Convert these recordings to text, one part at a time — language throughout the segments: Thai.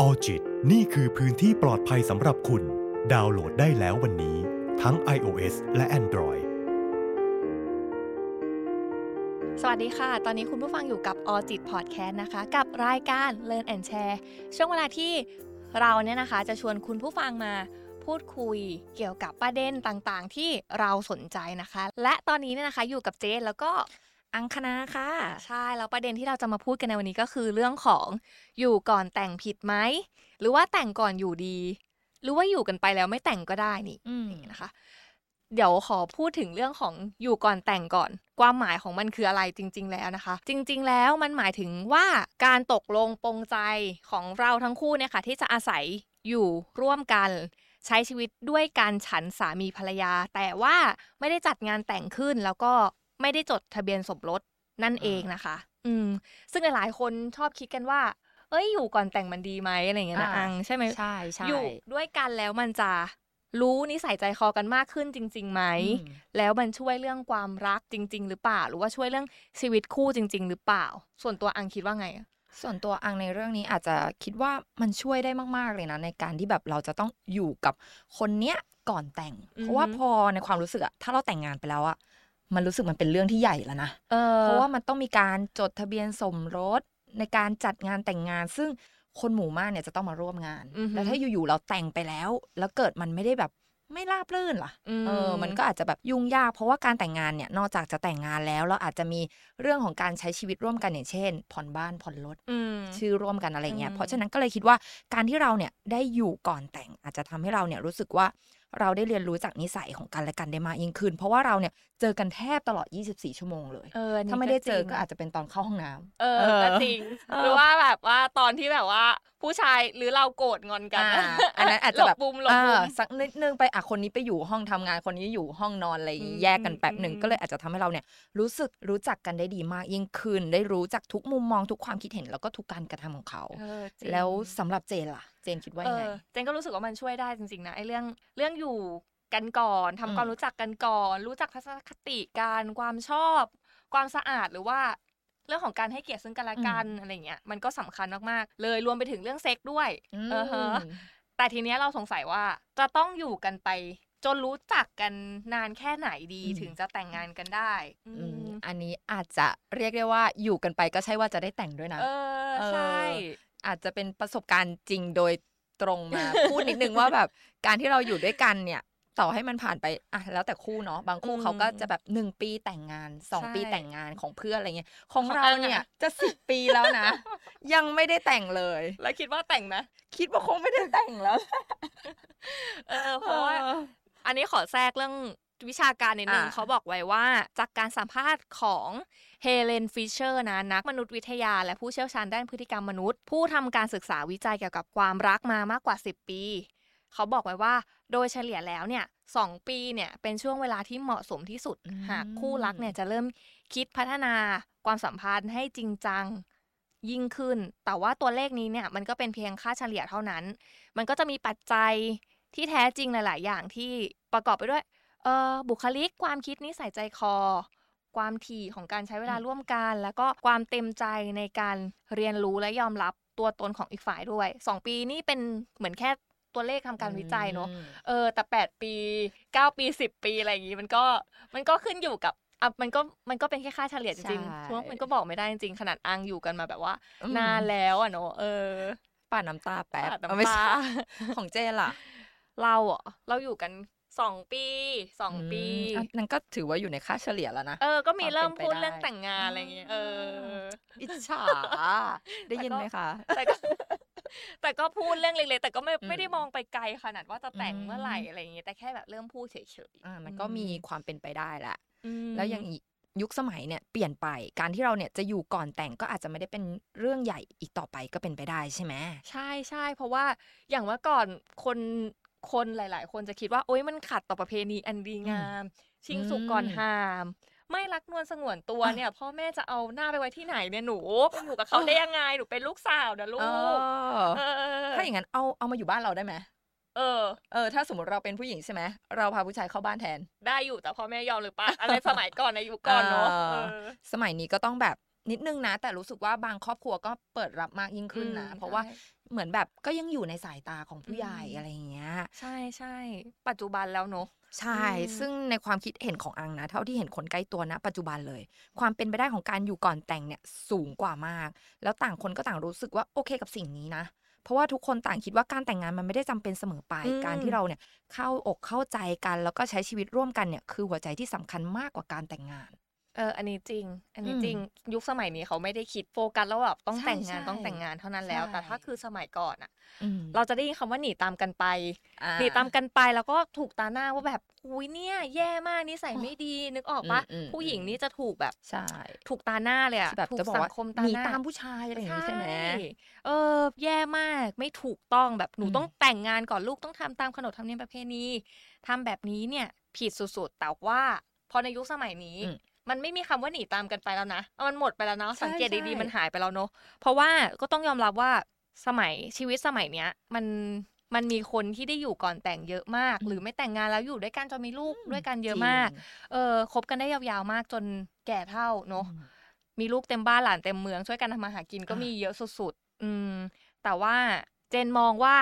ออจิตนี่คือพื้นที่ปลอดภัยสำหรับคุณ ดาวน์โหลดได้แล้ววันนี้ ทั้ง iOS และ Android สวัสดีค่ะ ตอนนี้คุณผู้ฟังอยู่กับออจิตพอดแคสต์นะคะ กับรายการ Learn and Share ช่วงเวลาที่เราเนี่ยนะคะ จะชวนคุณผู้ฟังมาพูดคุยเกี่ยวกับประเด็นต่างๆ ที่เราสนใจนะคะ และตอนนี้เนี่ยนะคะอยู่กับเจนแล้วก็ อังคณาค่ะ ใช่แล้วประเด็นที่เราจะมาพูดกันในวันนี้ก็คือเรื่องของอยู่ก่อนแต่งผิดไหมหรือว่าแต่งก่อนอยู่ดี หรือว่าอยู่กันไปแล้วไม่แต่งก็ได้นี่ อืม นะคะเดี๋ยวขอพูดถึงเรื่องของอยู่ก่อนแต่งก่อน ความหมายของมันคืออะไรจริง ๆ แล้วนะคะ จริง ๆ แล้วมันหมายถึงว่าการตกลงปรงใจของเราทั้งคู่เนี่ยค่ะที่จะอาศัยอยู่ร่วมกัน ใช้ชีวิตด้วยการฉันสามีภรรยา แต่ว่าไม่ได้จัดงานแต่งขึ้นแล้วก็ไม่ได้จดทะเบียนสมรสนั่นเองนะคะ อืม ซึ่งหลายๆคนชอบคิดกันว่า เอ้ยอยู่ก่อนแต่งมันดีไหมอะไรอย่างเงี้ยนะอังใช่ไหม ใช่ใช่ อยู่ด้วยกันแล้วมันจะรู้นิสัยใจคอกันมากขึ้นจริงๆไหม อืม แล้วมันช่วยเรื่องความรักจริง ๆ หรือเปล่า หรือว่าช่วยเรื่องชีวิตคู่จริง ๆ หรือเปล่า ส่วนตัวอังคิดว่าไงอะ ส่วนตัวอังในเรื่องนี้อาจจะคิดว่ามันช่วยได้มาก ๆ เลยนะ ในการที่แบบเราจะต้องอยู่กับคนเนี้ยก่อนแต่ง เพราะว่าพอในความรู้สึกอะถ้าเราแต่งงานไปแล้วอะมันรู้สึกมันเป็นเรื่องที่ใหญ่แล้วนะ เพ เพ ราะ ราะ ว่า ว่า มันต้องมีการจดทะเบียนสมรสในการจัดงานแต่งงาน ซึ่งคนหมู่มากเนี่ยจะต้องมาร่วมงาน อือหือ แล้วถ้าอยู่ๆเราแต่งไปแล้ว แล้วเกิดมันไม่ได้แบบไม่ราบรื่นล่ะ อืม เออ มันก็อาจจะแบบยุ่งยากเพราะว่าการแต่งงานเนี่ยนอกจากจะแต่งงานแล้ว เราอาจจะมีเรื่องของการใช้ชีวิตร่วมกันอย่างเช่น ผ่อนบ้านผ่อนรถ อืม ชื่อร่วมกันอะไรเงี้ อื ย ม เพราะฉะนั้นก็เลยคิดว่าการที่เราเนี่ยได้อยู่ก่อนแต่งอาจจะทำให้เราเนี่ยรู้สึกว่าเราได้เรียนรู้จากนิสัยของกันและกันได้มากยิ่งขึ้น เพราะว่าเราเนี่ยเจอกันแทบตลอด 24 ชั่วโมงเลย เอ ออันนี้ ถ้าไม่ได้เจอ ริง ก็อาจจะเป็นตอนเข้าห้องน้ำ เออ เออ ก็จริง เออ หรือว่าแบบว่าตอนที่แบบว่า ผู้ชายหรือเราโกรธงอนกัน อ่าอันนั้นอาจจะแบหบลบปุ่มหลบปุ่ อ่าม สักนิดนึงไปอ่ะคนนี้ไปอยู่ห้องทำงานคนนี้อยู่ห้องนอนอะไรอย่างงี้ อืม แยกกันแป๊บหนึ่ง อืม ก็เลยอาจจะทำให้เราเนี่ยรู้สึกรู้จักกันได้ดีมากยิ่งขึ้น ได้รู้จักทุกมุมมองทุกความคิดเห็นแล้วก็ทุกการกระทำของเขา เออจริง แล้วสำหรับเจนล่ะ เจนคิดว่ายังไง เออเจนก็รู้สึกว่ามันช่วยได้จริงๆนะไอ้เรื่องเรื่องอยู่กันก่อนทำ อืม ความรู้จักกันก่อน รู้จักทัศนคติการความชอบ ความสะอาดหรือว่า เรื่องของการให้เกียรติซึ่งกันและกันอะไรเงี้ยมันก็สำคัญมากๆ เลยรวมไปถึงเรื่องเซ็กด้วย เออฮะ ม แต่ทีเนี้ยเราสงสัยว่าจะต้องอยู่กันไป จนรู้จักกันนานแค่ไหนดี อืม ถึงจะแต่งงานกันได้อื อืม ม อันนี้อาจจะเรียกได้ว่าอยู่กันไปก็ใช่ว่าจะได้แต่งด้วยนะ เออใช่ อาจจะเป็นประสบการณ์จริงโดยตรง มา พูดนิดนึงว่าแบบการที่เราอยู่ด้วยกันเนี่ยต่อให้มันผ่านไปอ่ะแล้วแต่คู่เนาะบางคู่ อืม เขาก็จะ แบบหนึ่งปีแต่งงานสอง ใช่ ปีแต่งงานของเพื่อนอะไรเงี้ยของ ของ เรา อังอะ เนี่ยจะสิบปีแล้ว นะ ยังไม่ได้แต่งเลย แล้วคิดว่าแต่งไหม คิดว่าคงไม่ได้แต่งแล้ว เออเพราะว่า เออ อันนี้ขอแทรกเรื่องวิชาการนิดนึง อ่า เขาบอกไว้ว่าจากการสัมภาษณ์ของเฮเลนฟิชเชอร์นะนักมนุษยวิทยา และผู้เชี่ยวชาญด้านพฤติกรรมมนุษย์ ผู้ทำการศึกษาวิจัยเกี่ยวกับความรักมามากกว่า 10 ปี เขาบอกไว้ว่าโดยเฉลี่ยแล้วเนี่ยสองปีเนี่ยเป็นช่วงเวลาที่เหมาะสมที่สุด อืม หากคู่รักเนี่ยจะเริ่มคิดพัฒนาความสัมพันธ์ให้จริงจังยิ่งขึ้น แต่ว่าตัวเลขนี้เนี่ยมันก็เป็นเพียงค่าเฉลี่ยเท่านั้น มันก็จะมีปัจจัยที่แท้จริงหลาย ๆ อย่างที่ประกอบไปด้วย เออบุคลิกความคิดนิสัยใจคอ ความถี่ของการใช้เวลา อืม ร่วมกัน แล้วก็ความเต็มใจในการเรียนรู้และยอมรับตัวตนของอีกฝ่ายด้วย 2 ปีนี่เป็นเหมือนแค่ตัวเลขทำการวิจัยเนอะ อืม เออแต่แปดปีเก้าปีสิบปีอะไรอย่างงี้มันก็มันก็ขึ้นอยู่กับอ่ะมันก็มันก็เป็นแค่ค่าเฉลี่ยจริง ใช่ ๆเพราะมันก็บอกไม่ได้จริงๆขนาดอังอยู่กันมาแบบว่า อืม นานแล้วอ่ะเนอะเออ ป่าดน้ำตาแป๊บ ปาด เอ น้ำ ใช่ ต า ของเจนล่ะ เราเหรอ่ะเราอยู่กันสองปีสองปี อืมอ่ะนั่นก็ถือว่าอยู่ในค่าเฉลี่ยแล้ว นะ เออ ก็มีเริ่ม ความเป็นไป พูด ได้ เรื่องแต่งงานอะไรอย่างเงี้ยเอออ ม อิจฉาได้ยินไหมคะ แต่ก็ แต่ก็พูดเรื่องเล็กๆแต่ก็ไม่ อืม ไม่ได้มองไปไกลขนาดว่าจะแต่งเมื่อไหร่ อืม อะไรอย่างเงี้ยแต่แค่แบบเริ่มพูดเฉยๆ อ่ามันก็มีความเป็นไปได้แหละ อืม แล้วอย่างอีกยุคสมัยเนี่ยเปลี่ยนไปการที่เราเนี่ยจะอยู่ก่อนแต่งก็อาจจะไม่ได้เป็นเรื่องใหญ่อีกต่อไปก็เป็นไปได้ใช่ไหม ใช่ใช่เพราะว่าอย่างเมื่อก่อนคนคนหลาย ๆ คนจะคิดว่าโอ๊ยมันขัดต่อประเพณีอันดีงาม ชิงสุกก่อน อืม หาม ไม่รักนวลสงวนตัว อ่ะ เนี่ย พ่อแม่จะเอาหน้าไปไว้ที่ไหนเนี่ยหนูไปอยู่กับเขาได้ยังไงหนูเป็นลูกสาวนะลู เอก อ เออ ถ้าอย่างนั้นเอาเอามาอยู่บ้านเราได้ไหม เออ เออถ้าสมมติเราเป็นผู้หญิงใช่ไหมเราพาผู้ชายเข้าบ้านแทน ได้อยู่แต่พ่อแม่ยอมหรือ เปล่าอะไรสมัยก่อนในยุคก่อนเนาะ เอ เอ อ อ สมัยนี้ก็ต้องแบบนิดนึงนะ แต่รู้สึกว่าบางครอบครัวก็เปิดรับมากยิ่งขึ้นนะ อืม เพราะว่า ใช่ เหมือนแบบก็ยังอยู่ในสายตาของผู้ใหญ่ อืม อะไรอย่างเงี้ย ใช่ใช่ปัจจุบันแล้วเนอะ ใช่ อืม ซึ่งในความคิดเห็นของอังนะ เท่าที่เห็นคนใกล้ตัวณปัจจุบันเลย ความเป็นไปได้ของการอยู่ก่อนแต่งเนี่ยสูงกว่ามาก แล้วต่างคนก็ต่างรู้สึกว่าโอเคกับสิ่งนี้นะ เพราะว่าทุกคนต่างคิดว่าการแต่งงานมันไม่ได้จำเป็นเสมอไป อืม การที่เราเนี่ยเข้าอกเข้าใจกัน แล้วก็ใช้ชีวิตร่วมกันเนี่ยคือหัวใจที่สำคัญมากกว่าการแต่งงาน เอออันนี้จริง อันนี้ อืม จริง ยุคสมัยนี้เขาไม่ได้คิดโฟกัสแล้วแบบต้อง ใช่ แต่งงาน ใช่ ต้องแต่งงานเท่านั้นแล้ว ใช่ แต่ถ้าคือสมัยก่อนอะ อืม เราจะได้ยินคำว่าหนีตามกันไป อ่ หนีตามกันไปแล้วก็ถูกตาหน้าว่าแบบอุ้ยเนี่ย แย่มากนิสัยไม่ดีนึกออกปะ อืมอืม ผู้หญิงนี่จะถูกแบบ ใช่ ถูกตาหน้าเลยอะ ที่แบบ ถูก จะบอก สัง ว่า คมตา หนี หน้า ตามผู้ชายอะไรอย่างงี้ใช่ไหม เออ แย่มากไม่ถูกต้องแบบหนู อืม ต้องแต่งงานก่อนลูกต้องทำตามขนบธรรมเนียมประเพณีทำแบบนี้เนี่ย ผิดสุดๆแต่ว่าพอในยุคสมัยนี้ อืม มันไม่มีคำว่าหนีตามกันไปแล้วนะเอามันหมดไปแล้วเนาะ ใช่ สังเกตดี ใช่ ๆ มันหายไปแล้วเนาะ เพราะว่าก็ต้องยอมรับว่าสมัยชีวิตสมัยเนี้ย มันมันมีคนที่ได้อยู่ก่อนแต่งเยอะมาก หรือไม่แต่งงานแล้วอยู่ด้วยกันจนมีลูกด้วยกันเยอะมาก จริง เออคบกันได้ยาวๆมากจนแก่เท่าเนาะ อืม มีลูกเต็มบ้านหลานเต็มเมืองช่วยกันทำมาหากินก็ อ่ะ มีเยอะสุดๆ อืม แต่ว่าเจนมองว่า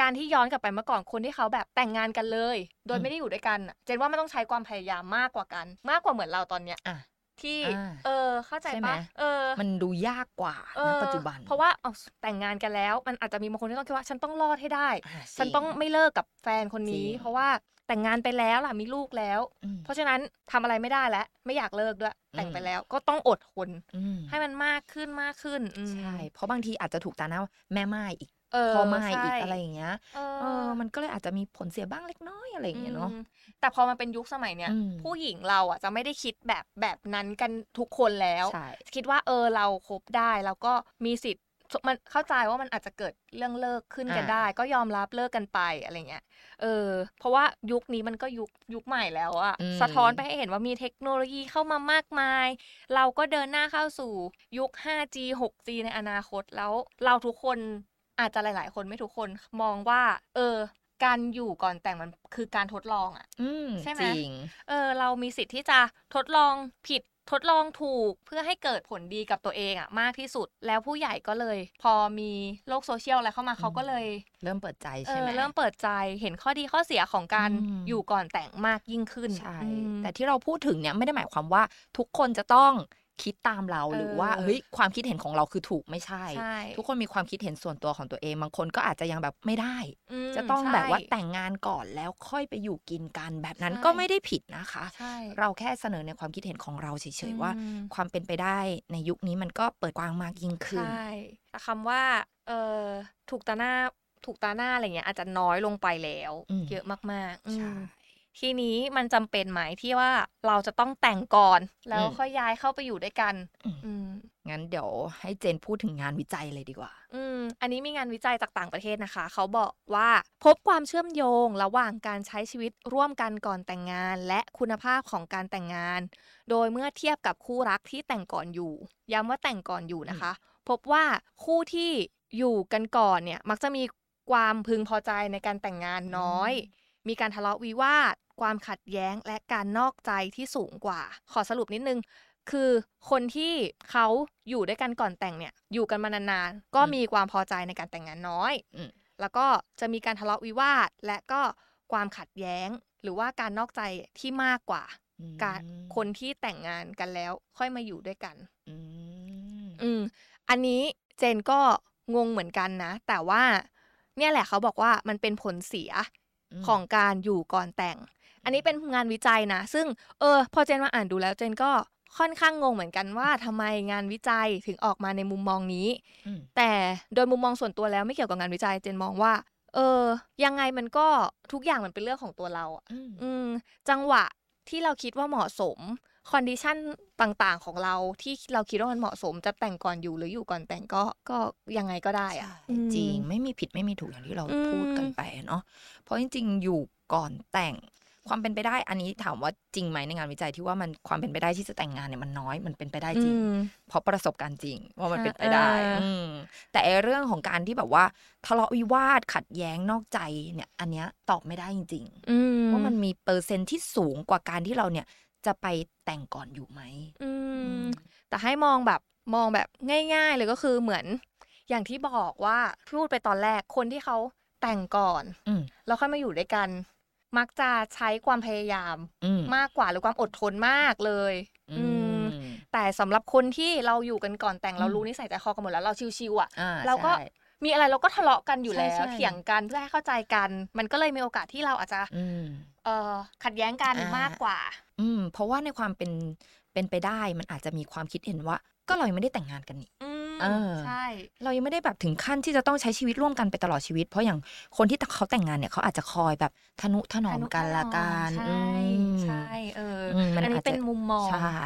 การที่ย้อนกลับไปเมื่อก่อนคนที่เขาแบบแต่งงานกันเลย โดยไม่ได้อยู่ด้วยกันน่ะเจนว่ามันต้องใช้ความพยายามมากกว่ากัน มากกว่าเหมือนเราตอนเนี้ย อ่ะ ที่ อ่า เออ เข้าใจ ใช่ไหม ปะเออ มันดูยากกว่า เอ ณ อ ปัจจุบัน เพราะว่าเอาแต่งงานกันแล้ว มันอาจจะมีบางคนที่ต้องคิดว่า ฉันต้องรอดให้ได้ อ่ะ ฉัน จริ ต้องไม่เลิกกับแฟนคนนี้ จริง เพราะว่าแต่งงานไปแล้วล่ะมีลูกแล้ว อืม เพราะฉะนั้นทำอะไรไม่ได้แล้ว ไม่อยากเลิกด้วย แต่งไป อืม แล้วก็ต้องอดทน อืม ให้มันมากขึ้นมากขึ้นอืม ใช่ เพราะบางทีอาจจะถูกตาหน้าว่าแม่ไม้อีก เออ พ่อไม้อีก ใช่ อะไรอย่างเงี้ย เอ เออ มันก็เลยอาจจะมีผลเสียบ้างเล็กน้อยอะไรอย่างเงี้ยเนาะ มแต่พอมันเป็นยุคสมัยเนี้ย อืม ผู้หญิงเราอ่ะจะไม่ได้คิดแบบแบบนั้นกันทุกคนแล้ว ใช่ คิดว่าเออเราคบได้แล้วก็มีสิทธิ์มันเข้าใจว่ามันอาจจะเกิดเรื่องเลิกขึ้นกัน อ่า ได้ ก็ยอมรับเลิกกันไปอะไรเงี้ยเออ เพราะว่ายุคนี้มันก็ยุคยุคใหม่แล้วอะสะท้อนไปให้เห็นว่ามีเทคโนโลยีเข้ามามากมาย เราก็เดินหน้าเข้าสู่ยุค 5G 6G ในอนาคตแล้ว เราทุกคนอาจจะหลาย ๆ คนไม่ทุกคนมองว่า เออ การอยู่ก่อนแต่งมันคือการทดลองอะ อืม ใช่ไหม จริง เออเรามีสิทธิ์ที่จะทดลองผิดทดลองถูกเพื่อให้เกิดผลดีกับตัวเองอะมากที่สุดแล้วผู้ใหญ่ก็เลย พอมีโลกโซเชียลอะไรเข้ามา อืม เขาก็เลย เริ่มเปิดใจ เอ ใช่อไหม เริ่มเปิดใจเห็นข้อดีข้อเสียของการ อืม อยู่ก่อนแต่งมากยิ่งขึ้น ใช่ อืม แต่ที่เราพูดถึงเนี่ยไม่ได้หมายความว่าทุกคนจะต้องคิดตามเรา เออ หรือว่าเฮ้ยความคิดเห็นของเราคือถูกไม่ใช่ ใช่ ทุกคนมีความคิดเห็นส่วนตัวของตัวเอง บางคนก็อาจจะยังแบบไม่ได้ ม จะต้อง ใช่ แบบว่าแต่งงานก่อนแล้วค่อยไปอยู่กินกันแบบนั้น ใช่ ก็ไม่ได้ผิดนะคะ ใช่ เราแค่เสนอในความคิดเห็นของเราเฉยๆว่า อืม ความเป็นไปได้ในยุคนี้มันก็เปิดกว้างมากยิ่งขึ้น ใช่แต่คำว่า เออถูกตาหน้า ถูกตาหน้าอะไรเงี้ยอาจจะน้อยลงไปแล้ว อืม เยอะมากๆอืม ใช่ ทีนี้มันจำเป็นไหมที่ว่าเราจะต้องแต่งก่อนแล้ว อืม ค่อยย้ายเข้าไปอยู่ด้วยกัน อืม อืม งั้นเดี๋ยวให้เจนพูดถึงงานวิจัยเลยดีกว่า อืม อันนี้มีงานวิจัยจากต่างประเทศนะคะ เขาบอกว่าพบความเชื่อมโยงระหว่างการใช้ชีวิตร่วมกันก่อนแต่งงาน และคุณภาพของการแต่งงาน โดยเมื่อเทียบกับคู่รักที่แต่งก่อนอยู่ ย้ำว่าแต่งก่อนอยู่นะคะ พบว่าคู่ที่อยู่กันก่อนเนี่ยมักจะมีความพึงพอใจในการแต่งงานน้อย มีการทะเลาะวิวาท ความขัดแย้งและการนอกใจที่สูงกว่า ขอสรุปนิดนึง คือคนที่เขาอยู่ด้วยกันก่อนแต่งเนี่ย อยู่กันมานานๆ ก็ อืม มีความพอใจในการแต่งงานน้อย อืม แล้วก็จะมีการทะเลาะวิวาท และก็ความขัดแย้ง หรือว่าการนอกใจที่มากกว่า อืม การคนที่แต่งงานกันแล้วค่อยมาอยู่ด้วยกัน อืม อืม อันนี้เจนก็งงเหมือนกันนะ แต่ว่าเนี่ยแหละเขาบอกว่ามันเป็นผลเสีย ม ของการอยู่ก่อนแต่ง อันนี้เป็นงานวิจัยนะ ซึ่งเออพอเจนมาอ่านดูแล้วเจนก็ค่อนข้างงงเหมือนกันว่าทำไมงานวิจัยถึงออกมาในมุมมองนี้ อืม แต่โดยมุมมองส่วนตัวแล้วไม่เกี่ยวกับงานวิจัย เจนมองว่า เออ ยังไงมันก็ทุกอย่างมันเป็นเรื่องของตัวเราอะ อืม อืมจังหวะที่เราคิดว่าเหมาะสมคอนดิชันต่างๆของเราที่เราคิดว่ามันเหมาะสมจะแต่งก่อนอยู่หรืออยู่ก่อนแต่งก็ก็ยังไงก็ได้อะอืม จริงไม่มีผิดไม่มีถูกอย่างที่เรา อืม พูดกันไปเนาะเพราะจริงๆ อยู่ก่อนแต่งความเป็นไปได้ อันนี้ถามว่าจริงไหมในงานวิจัยที่ว่ามันความเป็นไปได้ที่จะแต่งงานเนี่ยมันน้อยมันเป็นไปได้จริง เพราะประสบการณ์จริงว่ามันเป็นไปอได้่า อืมแต่ไอ้เรื่องของการที่แบบว่า ทะเลาะวิวาทขัดแย้งนอกใจเนี่ย อันเนี้ยตอบไม่ได้จริง ๆ อืม ว่ามันมีเปอร์เซ็นต์ที่สูงกว่าการที่เราเนี่ยจะไปแต่งก่อนอยู่ไหม อื อื ม ม แต่ให้มองแบบมองแบบง่าย ๆ เลยก็คือเหมือน อย่างที่บอกว่าพูดไปตอนแรกคนที่เขาแต่งก่อน อืม แล้วค่อยมาอยู่ด้วยกัน มักจะใช้ความพยายาม อืม มากกว่าหรือความอดทนมากเลย อืม แต่สำหรับคนที่เราอยู่กันก่อนแต่ง อืม เรารู้นิสัยใจคอกันหมดแล้วเราชิวๆอ่ะ อ่า เราก็ ใช่ มีอะไรเราก็ทะเลาะกันอยู่ ใช่ แล้ว ใช่ เถียงกันเพื่อให้เข้าใจกัน มันก็เลยมีโอกาสที่เราอาจจะ อืม เอ่อขัดแย้งกัน อ่าม มากกว่า อืม เพราะว่าในความเป็นเป็นไปได้มันอาจจะมีความคิดเห็นว่า ก็เรายังไม่ได้แต่งงานกันนี่ อืม เออ ใช่ เรายังไม่ได้แบบถึงขั้นที่จะต้องใช้ชีวิตร่วมกันไปตลอดชีวิต เพราะอย่างคนที่เขาแต่งงานเนี่ยเขาอาจจะคอยแบบทนุถนอมกันละกัน ใช อื่ ม ใช่เอออ มมัน อันนี้ อาจจะ เป็นมุมมอง ใช่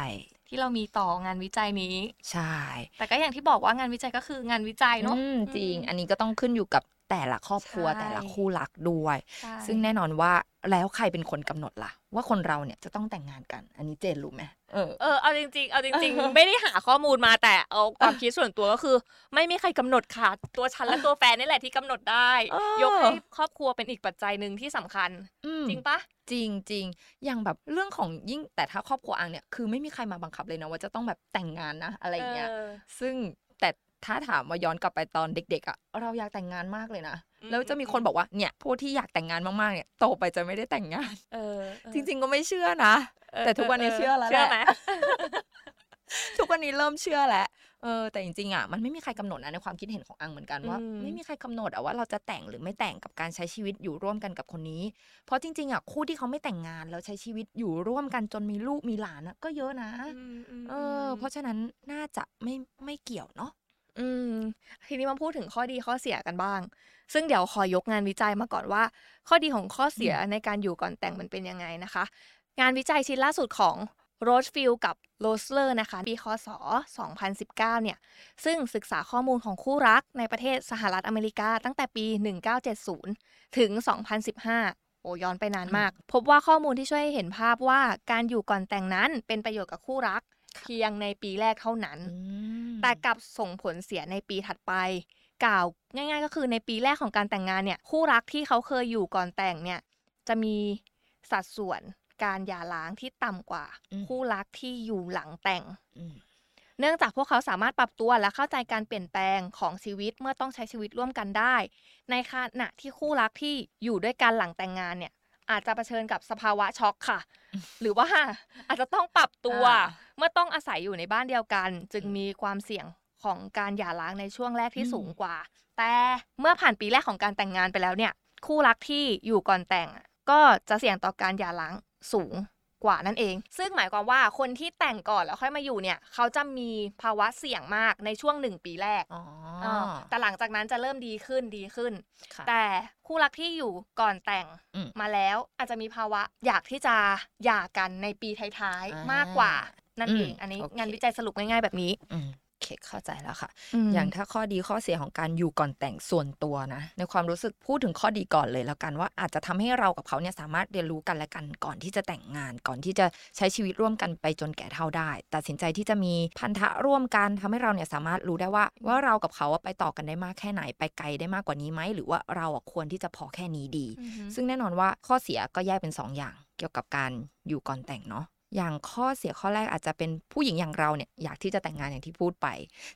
ที่เรามีต่องานวิจัยนี้ ใช่ แต่ก็อย่างที่บอกว่างานวิจัยก็คืองานวิจัยเนาะ อืมจริง อืม อันนี้ก็ต้องขึ้นอยู่กับแต่ละครอบครัว ใช่ แต่ละคู่รักด้วย ใช่ ซึ่งแน่นอนว่าแล้วใครเป็นคนกำหนดล่ะ ว่าคนเราเนี่ยจะต้องแต่งงานกัน อันนี้เจนรู้ไหมเออ เออเอาจริงๆ เอาจริง เออ ๆ ไม่ได้หาข้อมูลมาแต่เอาความคิดส่วนตัวก็คือ ไม่มีใครกำหนดค่ะ ตัวฉันและตัวแฟนนี่แหละที่กำหนดได้ เออ ยกให้ครอบครัวเป็นอีกปัจจัยหนึ่งที่สำคัญ อืม จริงปะ จริงจริงอย่างแบบเรื่องของยิ่งแต่ถ้าครอบครัวอังเนี่ยคือไม่มีใครมาบังคับเลยนะว่าจะต้องแบบแต่งงานนะอะไรอย่างเงี้ย เออ ซึ่งแต่ถ้าถามว่าย้อนกลับไปตอนเด็กๆอะเราอยากแต่งงานมากเลยนะ อืม แล้วจะมีคนบอกว่าเนี่ยพวกที่อยากแต่งงานมากๆเนี่ยโตไปจะไม่ได้แต่งงาน เออ จริง ๆ ก็ไม่เชื่อนะ แต่ทุกวันนี้เชื่อแล้ว เชื่อไหม แหละ ทุกวันนี้เริ่มเชื่อแล้วเออแต่จริงๆอะมันไม่มีใครกำหนดนะในความคิดเห็นของอังเหมือนกันว่า อืม ไม่มีใครกำหนดอะว่าเราจะแต่งหรือไม่แต่งกับการใช้ชีวิตอยู่ร่วมกันกับคนนี้ เพราะจริงๆอะคู่ที่เขาไม่แต่งงานแล้วใช้ชีวิตอยู่ร่วมกันจนมีลูกมีหลานอะก็เยอะนะ มม เออ เพราะฉะนั้นน่าจะไม่ไม่เกี่ยวเนาะ อืมทีนี้มาพูดถึงข้อดีข้อเสียกันบ้าง ซึ่งเดี๋ยวขอยกงานวิจัยมาก่อนว่า ข้อดีของข้อเสียในการอยู่ก่อนแต่งมันเป็นยังไงนะคะ งานวิจัยชิ้นล่าสุดของโรสฟิลกับโรสเลอร์นะคะปีคศ 2019 เนี่ย ซึ่งศึกษาข้อมูลของคู่รักในประเทศสหรัฐอเมริกาตั้งแต่ปี 1970 ถึง 2015 โอ้ย้อนไปนานมาก พบว่าข้อมูลที่ช่วยให้เห็นภาพว่าการอยู่ก่อนแต่งนั้นเป็นประโยชน์กับคู่รัก เพียงในปีแรกเท่านั้น แต่กลับส่งผลเสียในปีถัดไป กล่าวง่าย ๆ ก็คือในปีแรกของการแต่งงานเนี่ย คู่รักที่เขาเคยอยู่ก่อนแต่งเนี่ย จะมีสัดส่วนการหย่าร้างที่ต่ำกว่า คู่รักที่อยู่หลังแต่ง อืม เนื่องจากพวกเขาสามารถปรับตัวและเข้าใจการเปลี่ยนแปลงของชีวิตเมื่อต้องใช้ชีวิตร่วมกันได้ ในขณะที่คู่รักที่อยู่ด้วยกันหลังแต่งงานเนี่ย อาจจะเผชิญกับสภาวะช็อกค่ะ หรือว่าอาจจะต้องปรับตัว อ่า เมื่อต้องอาศัยอยู่ในบ้านเดียวกัน จึงมีความเสี่ยงของการหย่าร้างในช่วงแรกที่ อืม สูงกว่า แต่เมื่อผ่านปีแรกของการแต่งงานไปแล้วเนี่ย คู่รักที่อยู่ก่อนแต่งอะก็จะเสี่ยงต่อการหย่าร้างสูงกว่านั่นเอง ซึ่งหมายความว่าคนที่แต่งก่อนแล้วค่อยมาอยู่เนี่ย เขาจะมีภาวะเสี่ยงมากในช่วงหนึ่งปีแรก อ๋อ เออแต่หลังจากนั้นจะเริ่มดีขึ้นดีขึ้น ค่ะ แต่คู่รักที่อยู่ก่อนแต่ง อืม มาแล้วอาจจะมีภาวะอยากที่จะหย่ากันในปีท้าย อ่า ๆมากกว่า นั่น อืม เองอันนี้ โอเค งานวิจัยสรุปง่ายๆแบบนี้ อืมโอเคเข้าใจแล้วค่ะ อย่างถ้าข้อดีข้อเสียของการอยู่ก่อนแต่งส่วนตัวนะ ในความรู้สึกพูดถึงข้อดีก่อนเลยแล้วกันว่าอาจจะทำให้เรากับเขาเนี่ยสามารถเรียนรู้กันและกันก่อนที่จะแต่งงาน ก่อนที่จะใช้ชีวิตร่วมกันไปจนแก่เท่าได้ ตัดสินใจที่จะมีพันธะร่วมกันทำให้เราเนี่ยสามารถรู้ได้ว่า ว่าเรากับเขาอะไปต่อกันได้มากแค่ไหนไปไกลได้มากกว่านี้ไหมหรือว่าเราอะควรที่จะพอแค่นี้ดี อือฮึ ซึ่งแน่นอนว่าข้อเสียก็แยกเป็น 2 อย่าง เกี่ยวกับการอยู่ก่อนแต่งเนาะอย่างข้อเสียข้อแรกอาจจะเป็นผู้หญิงอย่างเราเนี่ยอยากที่จะแต่งงานอย่างที่พูดไป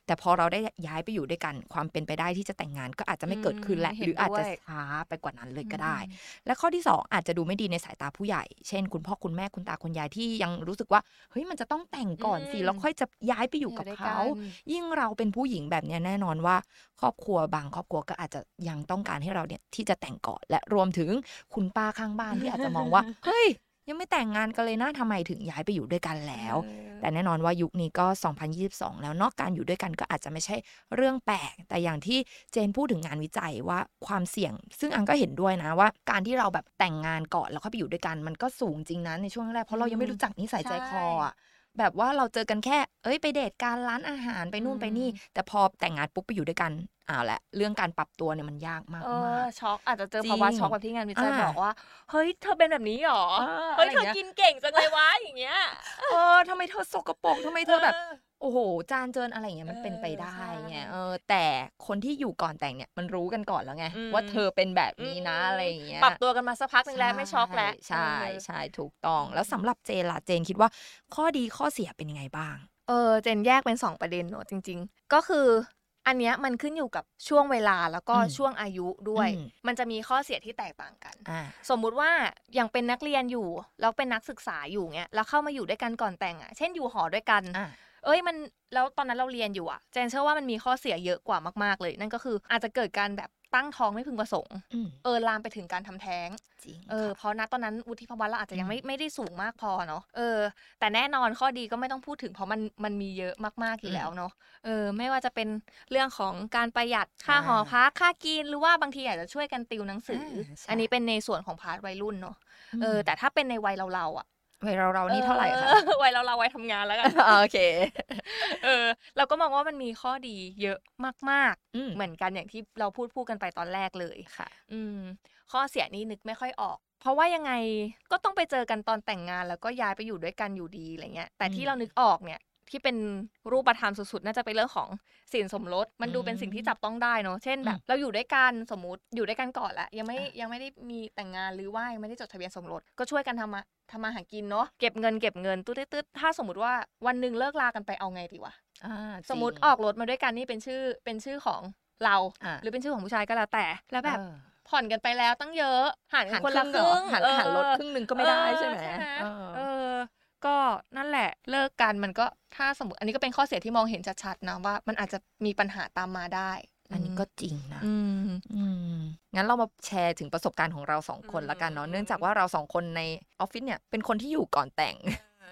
แต่พอเราได้ย้ายไปอยู่ด้วยกัน ความเป็นไปได้ที่จะแต่งงานก็อาจจะไม่เกิดขึ้นและ อืม ห เห็น รืออาจจะ ด้วย ช้าไปกว่านั้นเลยก็ได้ และข้อที่ 2 อาจจะดูไม่ดีในสายตาผู้ใหญ่ เช่น คุณพ่อคุณแม่คุณตาคุณยายที่ยังรู้สึกว่าเฮ้ยมันจะต้องแต่งก่อนสิ อืม แล้วค่อยจะย้ายไปอยู่กับ ด้วย เขา น ยิ่งเราเป็นผู้หญิงแบบเนี้ยแน่นอนว่า ครอบครัวบางครอบครัวก็อาจจะยังต้องการให้เราเนี่ยที่จะแต่งก่อนและรวมถึงคุณป้าข้างบ้านที่อาจจะมองว่า เฮ้ย ยังไม่แต่งงานกันเลยนะทำไมถึงย้ายไปอยู่ด้วยกันแล้ว แต่แน่นอนว่ายุคนี้ก็ 2022 แล้วเนอกการอยู่ด้วยกันก็อาจจะไม่ใช่เรื่องแปลก แต่อย่างที่เจนพูดถึงงานวิจัยว่าความเสี่ยง ซึ่งอังก็เห็นด้วยนะว่า การที่เราแบบแต่งงานก่อนแล้วค่อยไปอยู่ด้วยกันมันก็สูงจริงนะในช่วงแรกเพราะเรายังไม่รู้จักนิสัยใจคออะแบบว่าเราเจอกันแค่ เอ้ยไปเดทการร้านอาหารไปนู่น อืม ไปนี่ แต่พอแต่งงานปุ๊บไปอยู่ด้วยกันเอ้าวละเรื่องการปรับตัวเนี่ยมันยากมาก เอ ๆ อช็อกอาจจะเจอ จริง ภาวะช็อกแบบที่งานวิจัย อ่า บอกว่า เฮ้ยเธอเป็นแบบนี้หรอ เอออะ เฮ้ย ไรอ เธอย่าง กิ เงี้ย นเก่งจังเลยวะอย่างเงี้ย เออทำไมเธอสกปรกทำไมเธอแบบ เออ โอ้โห จานเจินอะไรอย่างเงี้ยมันเป็นไปได้ไง เออใช่ เออ แต่คนที่อยู่ก่อนแต่งเนี่ยมันรู้กันก่อนแล้วไง อืม ว่าเธอเป็นแบบนี้นะอะไรอย่างเงี้ย ปรับตัวกันมาสักพักหนึงแล้วไม่ช็อกแล้ว ใช่ เออ ใช่ถูกต้อง แล้วสำหรับเจนล่ะเจนคิดว่า ข้อดีข้อเสียเป็นยังไงบ้าง เออเจนแยกเป็น 2 ประเด็นเนอะจริง ๆ ก็คือ อันเนี้ยมันขึ้นอยู่กับช่วงเวลาแล้วก็ อืม ช่วงอายุด้วย อืม มันจะมีข้อเสียที่แตกต่างกัน อ่า สมมุติว่ายังเป็นนักเรียนอยู่แล้วเป็นนักศึกษาอยู่เงี้ยแล้วเข้ามาอยู่ด้วยกันก่อนแต่งอ่ะเช่นอยู่หอด้วยกัน อ่า เอ้ยมันแล้วตอนนั้นเราเรียนอยู่อ่ะเจนเชื่อว่ามันมีข้อเสียเยอะกว่ามากๆเลย นั่นก็คืออาจจะเกิดการแบบตั้งท้องไม่พึงประสงค์ อืม เออลามไปถึงการทำแท้ง จริง เออ ค่ะ เพราะณตอนนั้นวุฒิภาวะเราอาจจะยัง อืม ไม่ไม่ได้สูงมากพอเนาะเออ แต่แน่นอนข้อดีก็ไม่ต้องพูดถึงเพราะมันมันมีเยอะมากๆอยู่แล้วเนาะเออ ไม่ว่าจะเป็นเรื่องของการประหยัดค่าหอพักค่ากินหรือว่าบางทีอาจจะช่วยกันติวหนังสืออา ใช่ อันนี้เป็นในส่วนของพาร์ทวัยรุ่นเนาะ ม เออ แต่ถ้าเป็นในวัยเราเราๆอ่ะ วัยเราเรานี่เท่าไหร่คะ ออ วัยเราเราๆวัยทำงานแล้วกัน โอเค เออเราก็มองว่ามันมีข้อดีเยอะมาก อืม ๆ เหมือนกันอย่างที่เราพูดพูดกันไปตอนแรกเลย ค่ะ อืม ข้อเสียนี้นึกไม่ค่อยออก เพราะว่ายังไงก็ต้องไปเจอกันตอนแต่งงาน แล้วก็ย้ายไปอยู่ด้วยกันอยู่ดีอะไรเงี้ย แต่ที่ อืม เรานึกออกเนี่ยที่เป็นรูปธรรมสุดๆ น่าจะเป็นเรื่องของสินสมรส มันดูเป็นสิ่งที่จับต้องได้เนอะเช่นแบบ อืม เราอยู่ด้วยกันสมมติอยู่ด้วยกันก่อนละยังไม่ อ่ะ ยังไม่ได้มีแต่งงานหรือว่ายังไม่ได้จดทะเบียนสมรสก็ช่วยกันทำมาทำมาหากินเนาะเก็บเงินเก็บเงินตุ๊ดๆๆถ้าสมมติว่าวันหนึ่งเลิกลากันไปเอาไงดีวะ อ่า สมมติ จริง ออกรถมาด้วยกันนี่เป็นชื่อเป็นชื่อของเรา อ่ะ หรือเป็นชื่อของผู้ชายก็แล้วแต่ แล้วแบบ เออ ผ่อนกันไปแล้วตั้งเยอะหัน หัน คนละ ง ค เหรอ รึ่ง หัน เออ หันรถครึ่งหนึ่งก็ไม่ได้ใช่ไหม เออ เออ เออ ก็นั่นแหละเลิกกันมันก็ถ้าสมมติอันนี้ก็เป็นข้อเสียที่มองเห็นชัดๆนะว่า มันอาจจะมีปัญหาตามมาได้ อันนี้ก็จริงนะ อืม อืมงั้นเรามาแชร์ถึงประสบการณ์ของเราสองคนละกันเนาะ อืม เนื่องจากว่าเราสองคนในออฟฟิศเนี่ยเป็นคนที่อยู่ก่อนแต่ง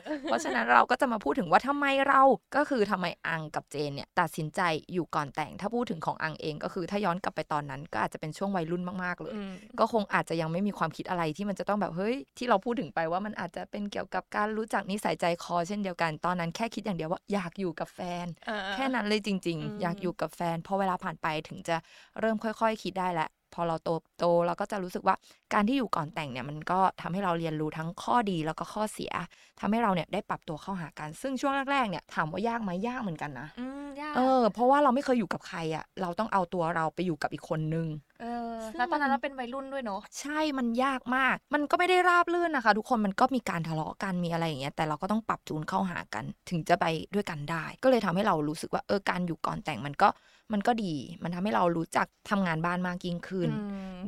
เพราะฉะนั้นเราก็จะมาพูดถึงว่าทำไมเรา ก็คือทำไมอังกับเจนเนี่ยตัดสินใจอยู่ก่อนแต่ง ถ้าพูดถึงของอังเองก็คือถ้าย้อนกลับไปตอนนั้น ก็อาจจะเป็นช่วงวัยรุ่นมากๆเลย อืม ก็คงอาจจะยังไม่มีความคิดอะไรที่มันจะต้องแบบเฮ้ยที่เราพูดถึงไปว่ามันอาจจะเป็นเกี่ยวกับการรู้จักนิสัยใจคอเช่นเดียวกันตอนนั้นแค่คิดอย่างเดียวว่าอยากอยู่กับแฟน แค่นั้นเลยจริง อืม ๆ อยากอยู่กับแฟนพอเวลาผ่านไปถึงจะเริ่มค่อย ๆ คิดได้แหละพอเราโตโตเราก็จะรู้สึกว่าการที่อยู่ก่อนแต่งเนี่ยมันก็ทำให้เราเรียนรู้ทั้งข้อดีแล้วก็ข้อเสียทำให้เราเนี่ยได้ปรับตัวเข้าหากัน ซึ่งช่วงแรกๆเนี่ยถามว่ายากไหมยากเหมือนกันนะ อืมยาก เออเพราะว่าเราไม่เคยอยู่กับใครอ่ะเราต้องเอาตัวเราไปอยู่กับอีกคนนึง เออ ซึ่ง แล้วตอนนั้น มัน เราเป็นวัยรุ่นด้วยเนาะ ใช่ มันยากมาก มันก็ไม่ได้ราบลื่นนะคะ ทุกคน มันก็มีการทะเลาะกัน มีอะไรอย่างเงี้ย แต่เราก็ต้องปรับจูนเข้าหากัน ถึงจะไปด้วยกันได้ ก็เลยทำให้เรารู้สึกว่า เออ การอยู่ก่อนแต่งมันก็ มันก็ดี มันทำให้เรารู้จักทำงานบ้านมากยิ่งขึ้น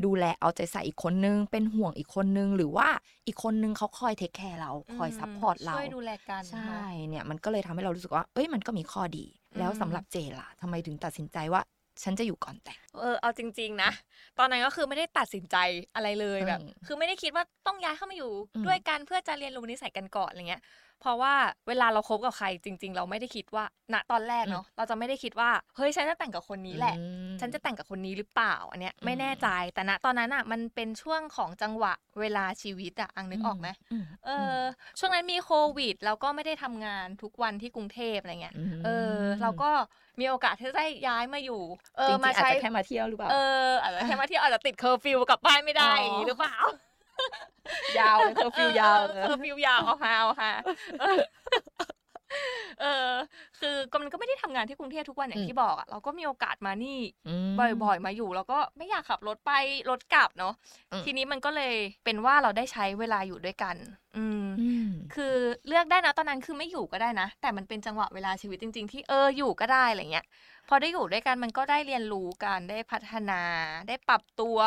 ดูแลเอาใจใส่อีกคนนึง เป็นห่วงอีกคนนึง หรือว่าอีกคนนึงเขาคอยเทคแคร์เรา คอยซัพพอร์ตเรา ช่วยดูแลกัน ใช่ เนอะ เนี่ย มันก็เลยทำให้เรารู้สึกว่า เอ้ย มันก็มีข้อดี แล้ว อืม สำหรับเจล่ะทำไมถึงตัดสินใจว่า ฉันจะอยู่ก่อนแต่ง เออเอาจริง ๆ นะ ตอนนั้นก็คือไม่ได้ตัดสินใจอะไรเลย อืม แบบ คือไม่ได้คิดว่าต้องย้ายเข้ามาอยู่ อืม ด้วยกันเพื่อจะเรียนรู้นิสัยกันก่อนอะไรเงี้ย เพราะว่าเวลาเราคบกับใครจริง ๆ เราไม่ได้คิดว่าณตอนแรกเนาะเราจะไม่ได้คิดว่าเฮ้ยฉันจะแต่งกับคนนี้แหละ อืม ฉันจะแต่งกับคนนี้หรือเปล่าอันเนี้ยไม่ อืม แน่ใจแต่ณตอนนั้นอ่ะมันเป็นช่วงของจังหวะเวลาชีวิตอ่ะอังนึกออกไหม ม เอออช่วงนั้นมีโควิดแล้วก็ไม่ได้ทำงานทุกวันที่กรุงเทพอะไรเงี้ยเออเราก็มีโอกาสที่จะได้ย้ายมาอยู่เออ จริงๆ มาใช้ จจะแค่มาเที่ยวหรือเปล่า เอออาจจะแค่มาเที่ยวอาจจะติดเคอร์ฟิวกลับบ้านไม่ได้ อ๋อ อ อ ย่างนี้หรือเปล่าย าวเลยเคอร์ฟิวยาว เออเคอร์ฟิวยาวเอาฮาเอาฮาเออเออ คือก็มันก็ไม่ได้ทำงานที่กรุงเทพทุกวันอย่างที่บอกอ่ะเราก็มีโอกาสมานี่ บ่อยๆ มาอยู่แล้วก็ไม่อยากขับรถไปรถกลับเนาะ อืม ทีนี้มันก็เลยเป็นว่าเราได้ใช้เวลาอยู่ด้วยกัน อืม ๆอืม คือเลือกได้นะตอนนั้นคือไม่อยู่ก็ได้นะ แต่มันเป็นจังหวะเวลาชีวิตจริง ๆ ที่เอออยู่ก็ได้อะไรเงี้ยพอได้อยู่ด้วยกันมันก็ได้เรียนรู้กันได้พัฒนา ได้ปรับตัว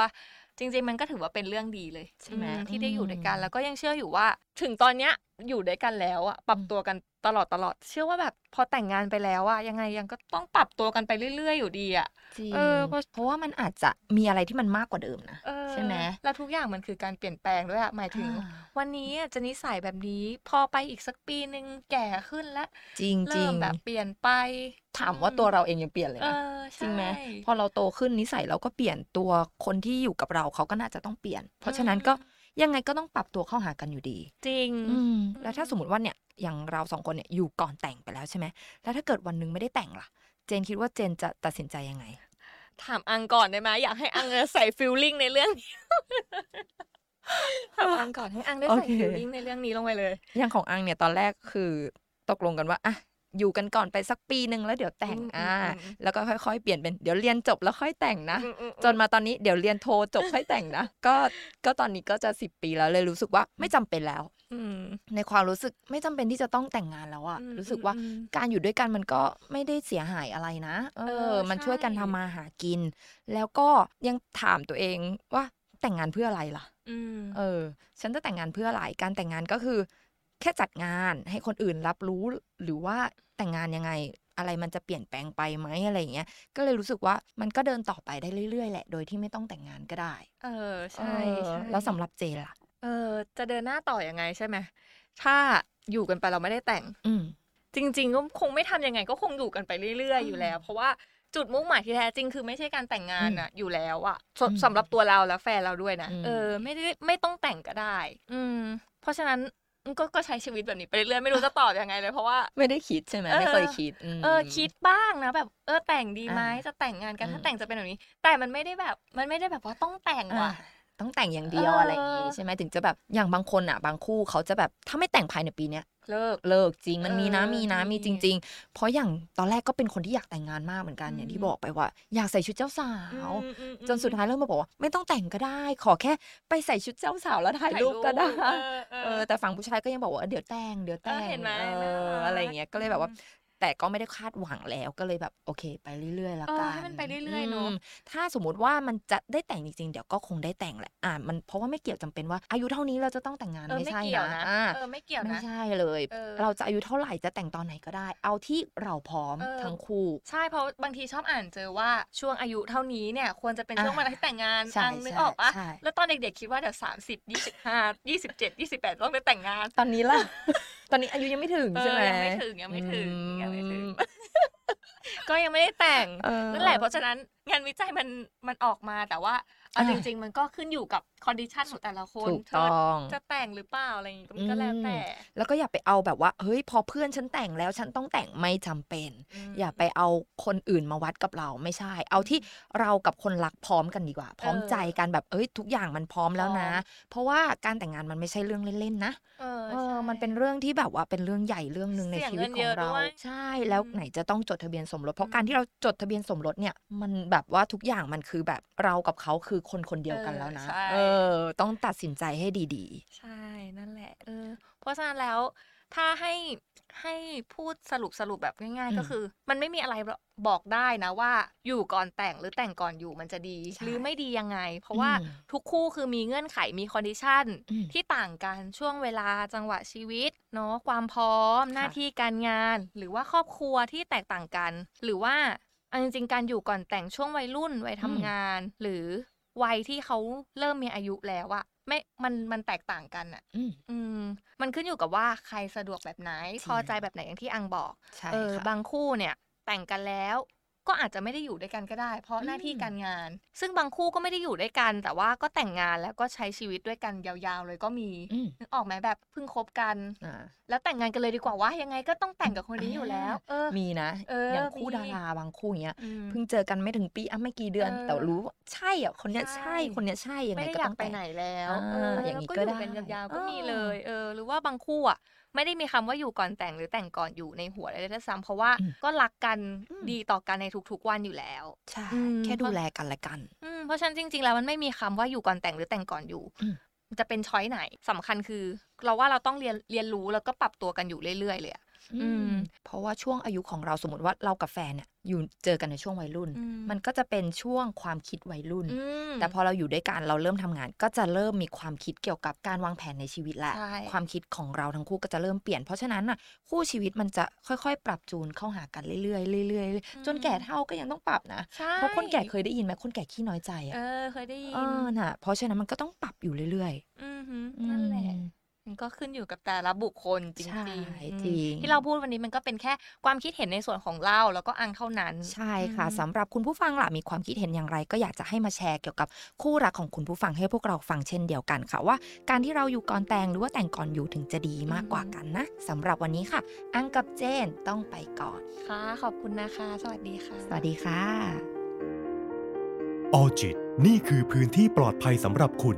จริง ๆ มันก็ถือว่าเป็นเรื่องดีเลย ใช่ไหม อืที่ได้อยู่ด้วยกัน อืม แล้วก็ยังเชื่ออยู่ว่า ถึงตอนเนี้ยอยู่ด้วยกันแล้วอะปรับ อืม ตัวกันตลอดตลอดเชื่อว่าแบบพอแต่งงานไปแล้วอะยังไงยังก็ต้องปรับตัวกันไปเรื่อย ๆ อยู่ดีอะ จริง เออเพราะ เพราะว่ามันอาจจะมีอะไรที่มันมากกว่าเดิมนะ เออ ใช่ไหม แล้วทุกอย่างมันคือการเปลี่ยนแปลงด้วยอะหมายถึง อ่า วันนี้อะจะนิสัยแบบนี้ พอไปอีกสักปีหนึ่งแก่ขึ้นแล้ว จริงจริ เริ่ ง มแบบเปลี่ยนไป ถามว่าตัวเราเองยังเปลี่ยนเลย เอ นะ อ จริงไหม ใช่ พอเราโตขึ้นนิสัยเราก็เปลี่ยนตัวคนที่อยู่กับเราเขาก็น่าจะต้องเปลี่ยน เพราะฉะนั้นก็ อื ยังไงก็ต้องปรับตัวเข้าหากันอยู่ดี จริง อืมแล้วถ้าสมมติว่าเนี่ยอย่างเราสองคนเนี่ยอยู่ก่อนแต่งไปแล้วใช่ไหมแล้วถ้าเกิดวันหนึงไม่ได้แต่งล่ะ เจนคิดว่าเจนจะตัดสินใจยังไง ถามอังก่อนได้ไหมอยากให้อังใส่ฟิลลิ่งในเรื่องนี้ ถามอังก่อนให้อังได้ใส่ โอเค ฟิลลิ่งในเรื่องนี้ลงไปเลย อย่างของอังเนี่ยตอนแรกคือตกลงกันว่าอ่ะอยู่กันก่อนไปสักปีหนึ่งแล้วเดี๋ยวแต่ง อืม อ่า อืมอืม แล้วก็ค่อยๆ เปลี่ยนเป็นเดี๋ยวเรียนจบแล้วค่อยแต่งนะ อืมอืม จนมาตอนนี้ เดี๋ยวเรียนโทจบค่อยแต่งนะ ก็ก็ตอนนี้ก็จะสิบปีแล้วเลยรู้สึกว่าไม่จำเป็นแล้ว อืม ในความรู้สึกไม่จำเป็นที่จะต้องแต่งงานแล้วอะ อืม รู้สึกว่า อืม การอยู่ด้วยกันมันก็ไม่ได้เสียหายอะไรนะ เอ เอ อ อ มัน ใช่ ช่วยกันทำมาหากิน แล้วก็ยังถามตัวเองว่าแต่งงานเพื่ออะไรล่ะ อืม เออ ฉันจะแต่งงานเพื่ออะไร การแต่งงานก็คือ แค่จัดงานให้คนอื่นรับรู้หรือว่าแต่งงานยังไง อะไรมันจะเปลี่ยนแปลงไปไหมอะไรอย่างเงี้ย ก็เลยรู้สึกว่ามันก็เดินต่อไปได้เรื่อยๆแหละ โดยที่ไม่ต้องแต่งงานก็ได้ เออใช่ เออ ใช่ แล้วสำหรับเจนล่ะ เออจะเดินหน้าต่อยังไงใช่ไหม ถ้าอยู่กันไปเราไม่ได้แต่ง อืม จริง ๆ ก็คงไม่ทำยังไงก็คงอยู่กันไปเรื่อย ๆ อยู่แล้ว เพราะว่าจุดมุ่งหมายที่แท้จริงคือไม่ใช่การแต่งงานอะอยู่แล้วอะส อืม สำหรับตัวเราและแฟนเราด้วยนะ อืม เออ ไม่ได้ไม่ต้องแต่งก็ได้ อืม เพราะฉะนั้นก็ก็ใช้ชีวิตแบบนี้ไปเรื่อยๆไม่รู้จะตอบยังไงเลยเพราะว่า ไม่ได้คิดใช่ไหม เออ ไม่เคยคิดม เออคิดบ้างนะแบบเออแต่งดีไหม อ่า จะแต่งงานกันถ้า อืม แต่งจะเป็นแบบนี้ แต่มันไม่ได้แบบมันไม่ได้แบบว่าต้องแต่ง อ่ะ ว่ะ ต้องแต่งอย่างเดียว เอออ อะไรอย่างงี้ใช่ไหมถึงจะแบบอย่างบางคนอ่ะ บางคู่เขาจะแบบถ้าไม่แต่งภายในปีเนี้ย เลิก เลิกจริงมัน เออ มีนะมีนะ มี มีจริง ๆ เพราะอย่างตอนแรกก็เป็นคนที่อยากแต่งงานมากเหมือนกัน อืม อย่างที่บอกไปว่า อยากใส่ชุดเจ้าสาว อืมอืมอืม จนสุดท้ายเริ่มมาบอกว่าไม่ต้องแต่งก็ได้ ขอแค่ไปใส่ชุดเจ้าสาวแล้วถ่ายรูปก็ได้ เออเออ เออแต่ฝั่งผู้ชายก็ยังบอกว่าเดี๋ยวแต่งเดี๋ยวแต่ง เออเห็นไหม เอ น่ารักออะไรอย่างเงี้ยก็เลยแบบว่า แต่ก็ไม่ได้คาดหวังแล้วก็เลยแบบโอเค ไปเรื่อยๆละ เออ กัน ให้มันไปเรื่อยๆเนอะ มถ้าสมมติว่ามันจะได้แต่งจริงๆ เดี๋ยวก็คงได้แต่งแหละอ่ามันเพราะว่าไม่เกี่ยวจำเป็นว่าอายุเท่านี้เราจะต้องแต่งงาน เออ ไม่ ไม่ ใช่ เกี่ยวนะ อ่า เออไม่เกี่ยว ไม่ นะ ใช่เลย เออ เราจะอายุเท่าไหร่จะแต่งตอนไหนก็ได้ เอาที่เราพร้อม เออ ทั้งคู่ ใช่เพราะบางทีชอบอ่านเจอว่าช่วงอายุเท่านี้เนี่ย ควรจะเป็นช่วง อ่า เวลาที่แต่งงาน ใช่ อังนึกออกปะ ใช่ใช่ แล้วตอนเด็กๆคิดว่าเดี๋ยวสามสิบยี่สิบห้ายี่สิบเจ็ดยี่สิบแปดต้องไปแต่งงาน ตอนนี้ล่ะ ตอนนี้อายุยังไม่ถึง เออ ใช่ไหม ยังไม่ถึงยังไม่ถึงยังไม่ถึง อื ก็ยังไม่ได้แต่ง เออ นั่นแหละเพราะฉะนั้นงานวิจัยมันมันออกมาแต่ว่าเอา อ่า จริง ๆ มันก็ขึ้นอยู่กับคอนดิชันของแต่ละคน ถูก เธ ต้ อ อง จะแต่งหรือเปล่าอะไรอย่างงี้ก็มันก็แล้วแต่ แล้วก็อย่าไปเอาแบบว่าเฮ้ยพอเพื่อนฉันแต่งแล้วฉันต้องแต่งไม่จำเป็น ม อย่าไปเอาคนอื่นมาวัดกับเราไม่ใช่ เอาที่เรากับคนรักพร้อมกันดีกว่า พร้อมใจกันแบบเอ้ยทุกอย่างมันพร้อมแล้วนะ พร้อ เพราะว่าการแต่งงานมันไม่ใช่เรื่องเล่นๆนะ เออ เออ ใช่ มันเป็นเรื่องที่แบบว่าเป็นเรื่องใหญ่เรื่องหนึ่งใน เสี่ยง ชีวิตข เงินเย อง อะ เรา ด้วย ใช่แล้ว อืม ไหนจะต้องจดทะเบียนสมรสเพราะ อืม การที่เราจดทะเบียนสมรสเนี่ยมันแบบว่าทุกอย่างมันคือแบบเรากับเขาคือคนคนเดียวกันแล้วนะ เออใช่ เออ ต้องตัดสินใจให้ดี ใช่นั่นแหละเออเพราะฉะนั้นแล้วถ้าให้ให้พูดสรุปสรุปแบบง่ายๆ ก็คือ มันไม่มีอะไรบอกได้นะว่า อยู่ก่อนแต่งหรือแต่งก่อนอยู่มันจะดี หรือไม่ดียังไง เพ ๆ ราะว่า อืม ทุกคู่คือมีเงื่อนไขมีคอนดิชัน อืม ที่ต่างกันช่วงเวลาจังหวะชีวิตเนาะความพร้อม หน้าที่การงาน หรือว่าครอบครัวที่แตกต่างกัน หรือว่าเอาจริงๆการอยู่ก่อนแต่งช่วงวัยรุ่นวัย อืม ทำงาน หรือวัยที่เขาเริ่มมีอายุแล้วอะไม่มันมันแตกต่างกันอะ อืม อืมมันขึ้นอยู่กับว่าใครสะดวกแบบไหน จริง พอใจแบบไหนอย่างที่อังบอก ใช่ เออ ค่ะ บางคู่เนี่ยแต่งกันแล้ว ก็อาจจะไม่ได้อยู่ด้วยกันก็ได้ เพราะหน้าที่ อืม การงาน ซึ่งบางคู่ก็ไม่ได้อยู่ด้วยกัน แต่ว่าก็แต่งงานแล้วก็ใช้ชีวิตด้วยกันยาวๆเลยก็มี อืม นึกออกไหมแบบเพิ่งคบกัน อ่า แล้วแต่งงานกันเลยดีกว่าว่ายังไงก็ต้องแต่งกับคนนี้อยู่แล้ว เออ มีนะ เออ อย่างคู่ มี ดาราบางคู่อย่างเงี้ย อืม เพิ่งเจอกันไม่ถึงปีอ่ะไม่กี่เดือน เออ แต่รู้ว่าใช่อ่ะคนเนี้ย ใช่ ใช่คนเนี้ยใช่ยัง ไม่ ไง ได้ ก็ อยา ต้ ก อง ไป แต่ง ไหนแล้ว อ่าอย่างนี้ นี้ ก็ ก็อ ได้ ยู่เป็นยาวๆก็มี อ่า เลย เออ หรือว่าบางคู่อ่ะไม่ได้มีคำว่าอยู่ก่อนแต่งหรือแต่งก่อนอยู่ในหัวได้ด้วยซ้ำเพราะว่า อืม ก็รักกัน อืม ดีต่อกันในทุกๆวันอยู่แล้ว ใช่ อืม แค่ดูแลกันและกัน อืมเพราะฉะนั้นจริง ๆ แล้วมันไม่มีคำว่าอยู่ก่อนแต่งหรือแต่งก่อนอยู่ อืม จะเป็นช้อยไหนสำคัญคือ เราว่าเราต้องเรียนเรียนรู้แล้วก็ปรับตัวกันอยู่เรื่อยๆเลยอะ อืม อืมเพราะว่าช่วงอายุของเราสมมติว่าเรากับแฟนเนี่ยอยู่เจอกันในช่วงวัยรุ่น มันก็จะเป็นช่วงความคิดวัยรุ่น อืม แต่พอเราอยู่ด้วยกันเราเริ่มทำงาน ก็จะเริ่มมีความคิดเกี่ยวกับการวางแผนในชีวิตและ ใช่ ความคิดของเราทั้งคู่ก็จะเริ่มเปลี่ยน เพราะฉะนั้นน่ะคู่ชีวิตมันจะค่อยๆ ปรับจูนเข้าหากันเรื่อยๆเรื่อยๆจนแก่เท่าก็ยังต้องปรับนะ ใช่ เพราะคนแก่เคยได้ยินไหมคนแก่ขี้น้อยใจ เอ อ่ะ อเคยได้ยิ เออน่ะ เพราะฉะนั้นมันก็ต้องปรับอยู่เรื่อย อือหือ ๆ นั่นแห อื ละ ม มันก็ขึ้นอยู่กับแต่ละบุคคลจริง ใช่ ๆอืม จริง ที่เราพูดวันนี้มันก็เป็นแค่ความคิดเห็นในส่วนของเราแล้วก็อังเท่านั้น ใช่ค่ะ อืม สำหรับคุณผู้ฟังล่ะมีความคิดเห็นอย่างไร ก็อยากจะให้มาแชร์เกี่ยวกับคู่รักของคุณผู้ฟังให้พวกเราฟังเช่นเดียวกันค่ะว่า การที่เราอยู่ก่อนแต่งหรือว่าแต่งก่อนอยู่ถึงจะดีมากกว่ากันนะสำหรับวันนี้ค่ะ อังกับเจนต้องไปก่อน ค่ะ ขอบคุณนะคะ สวัสดีค่ะ สวัสดีค่ะ ออจิตนี่คือพื้นที่ปลอดภัยสำหรับคุณ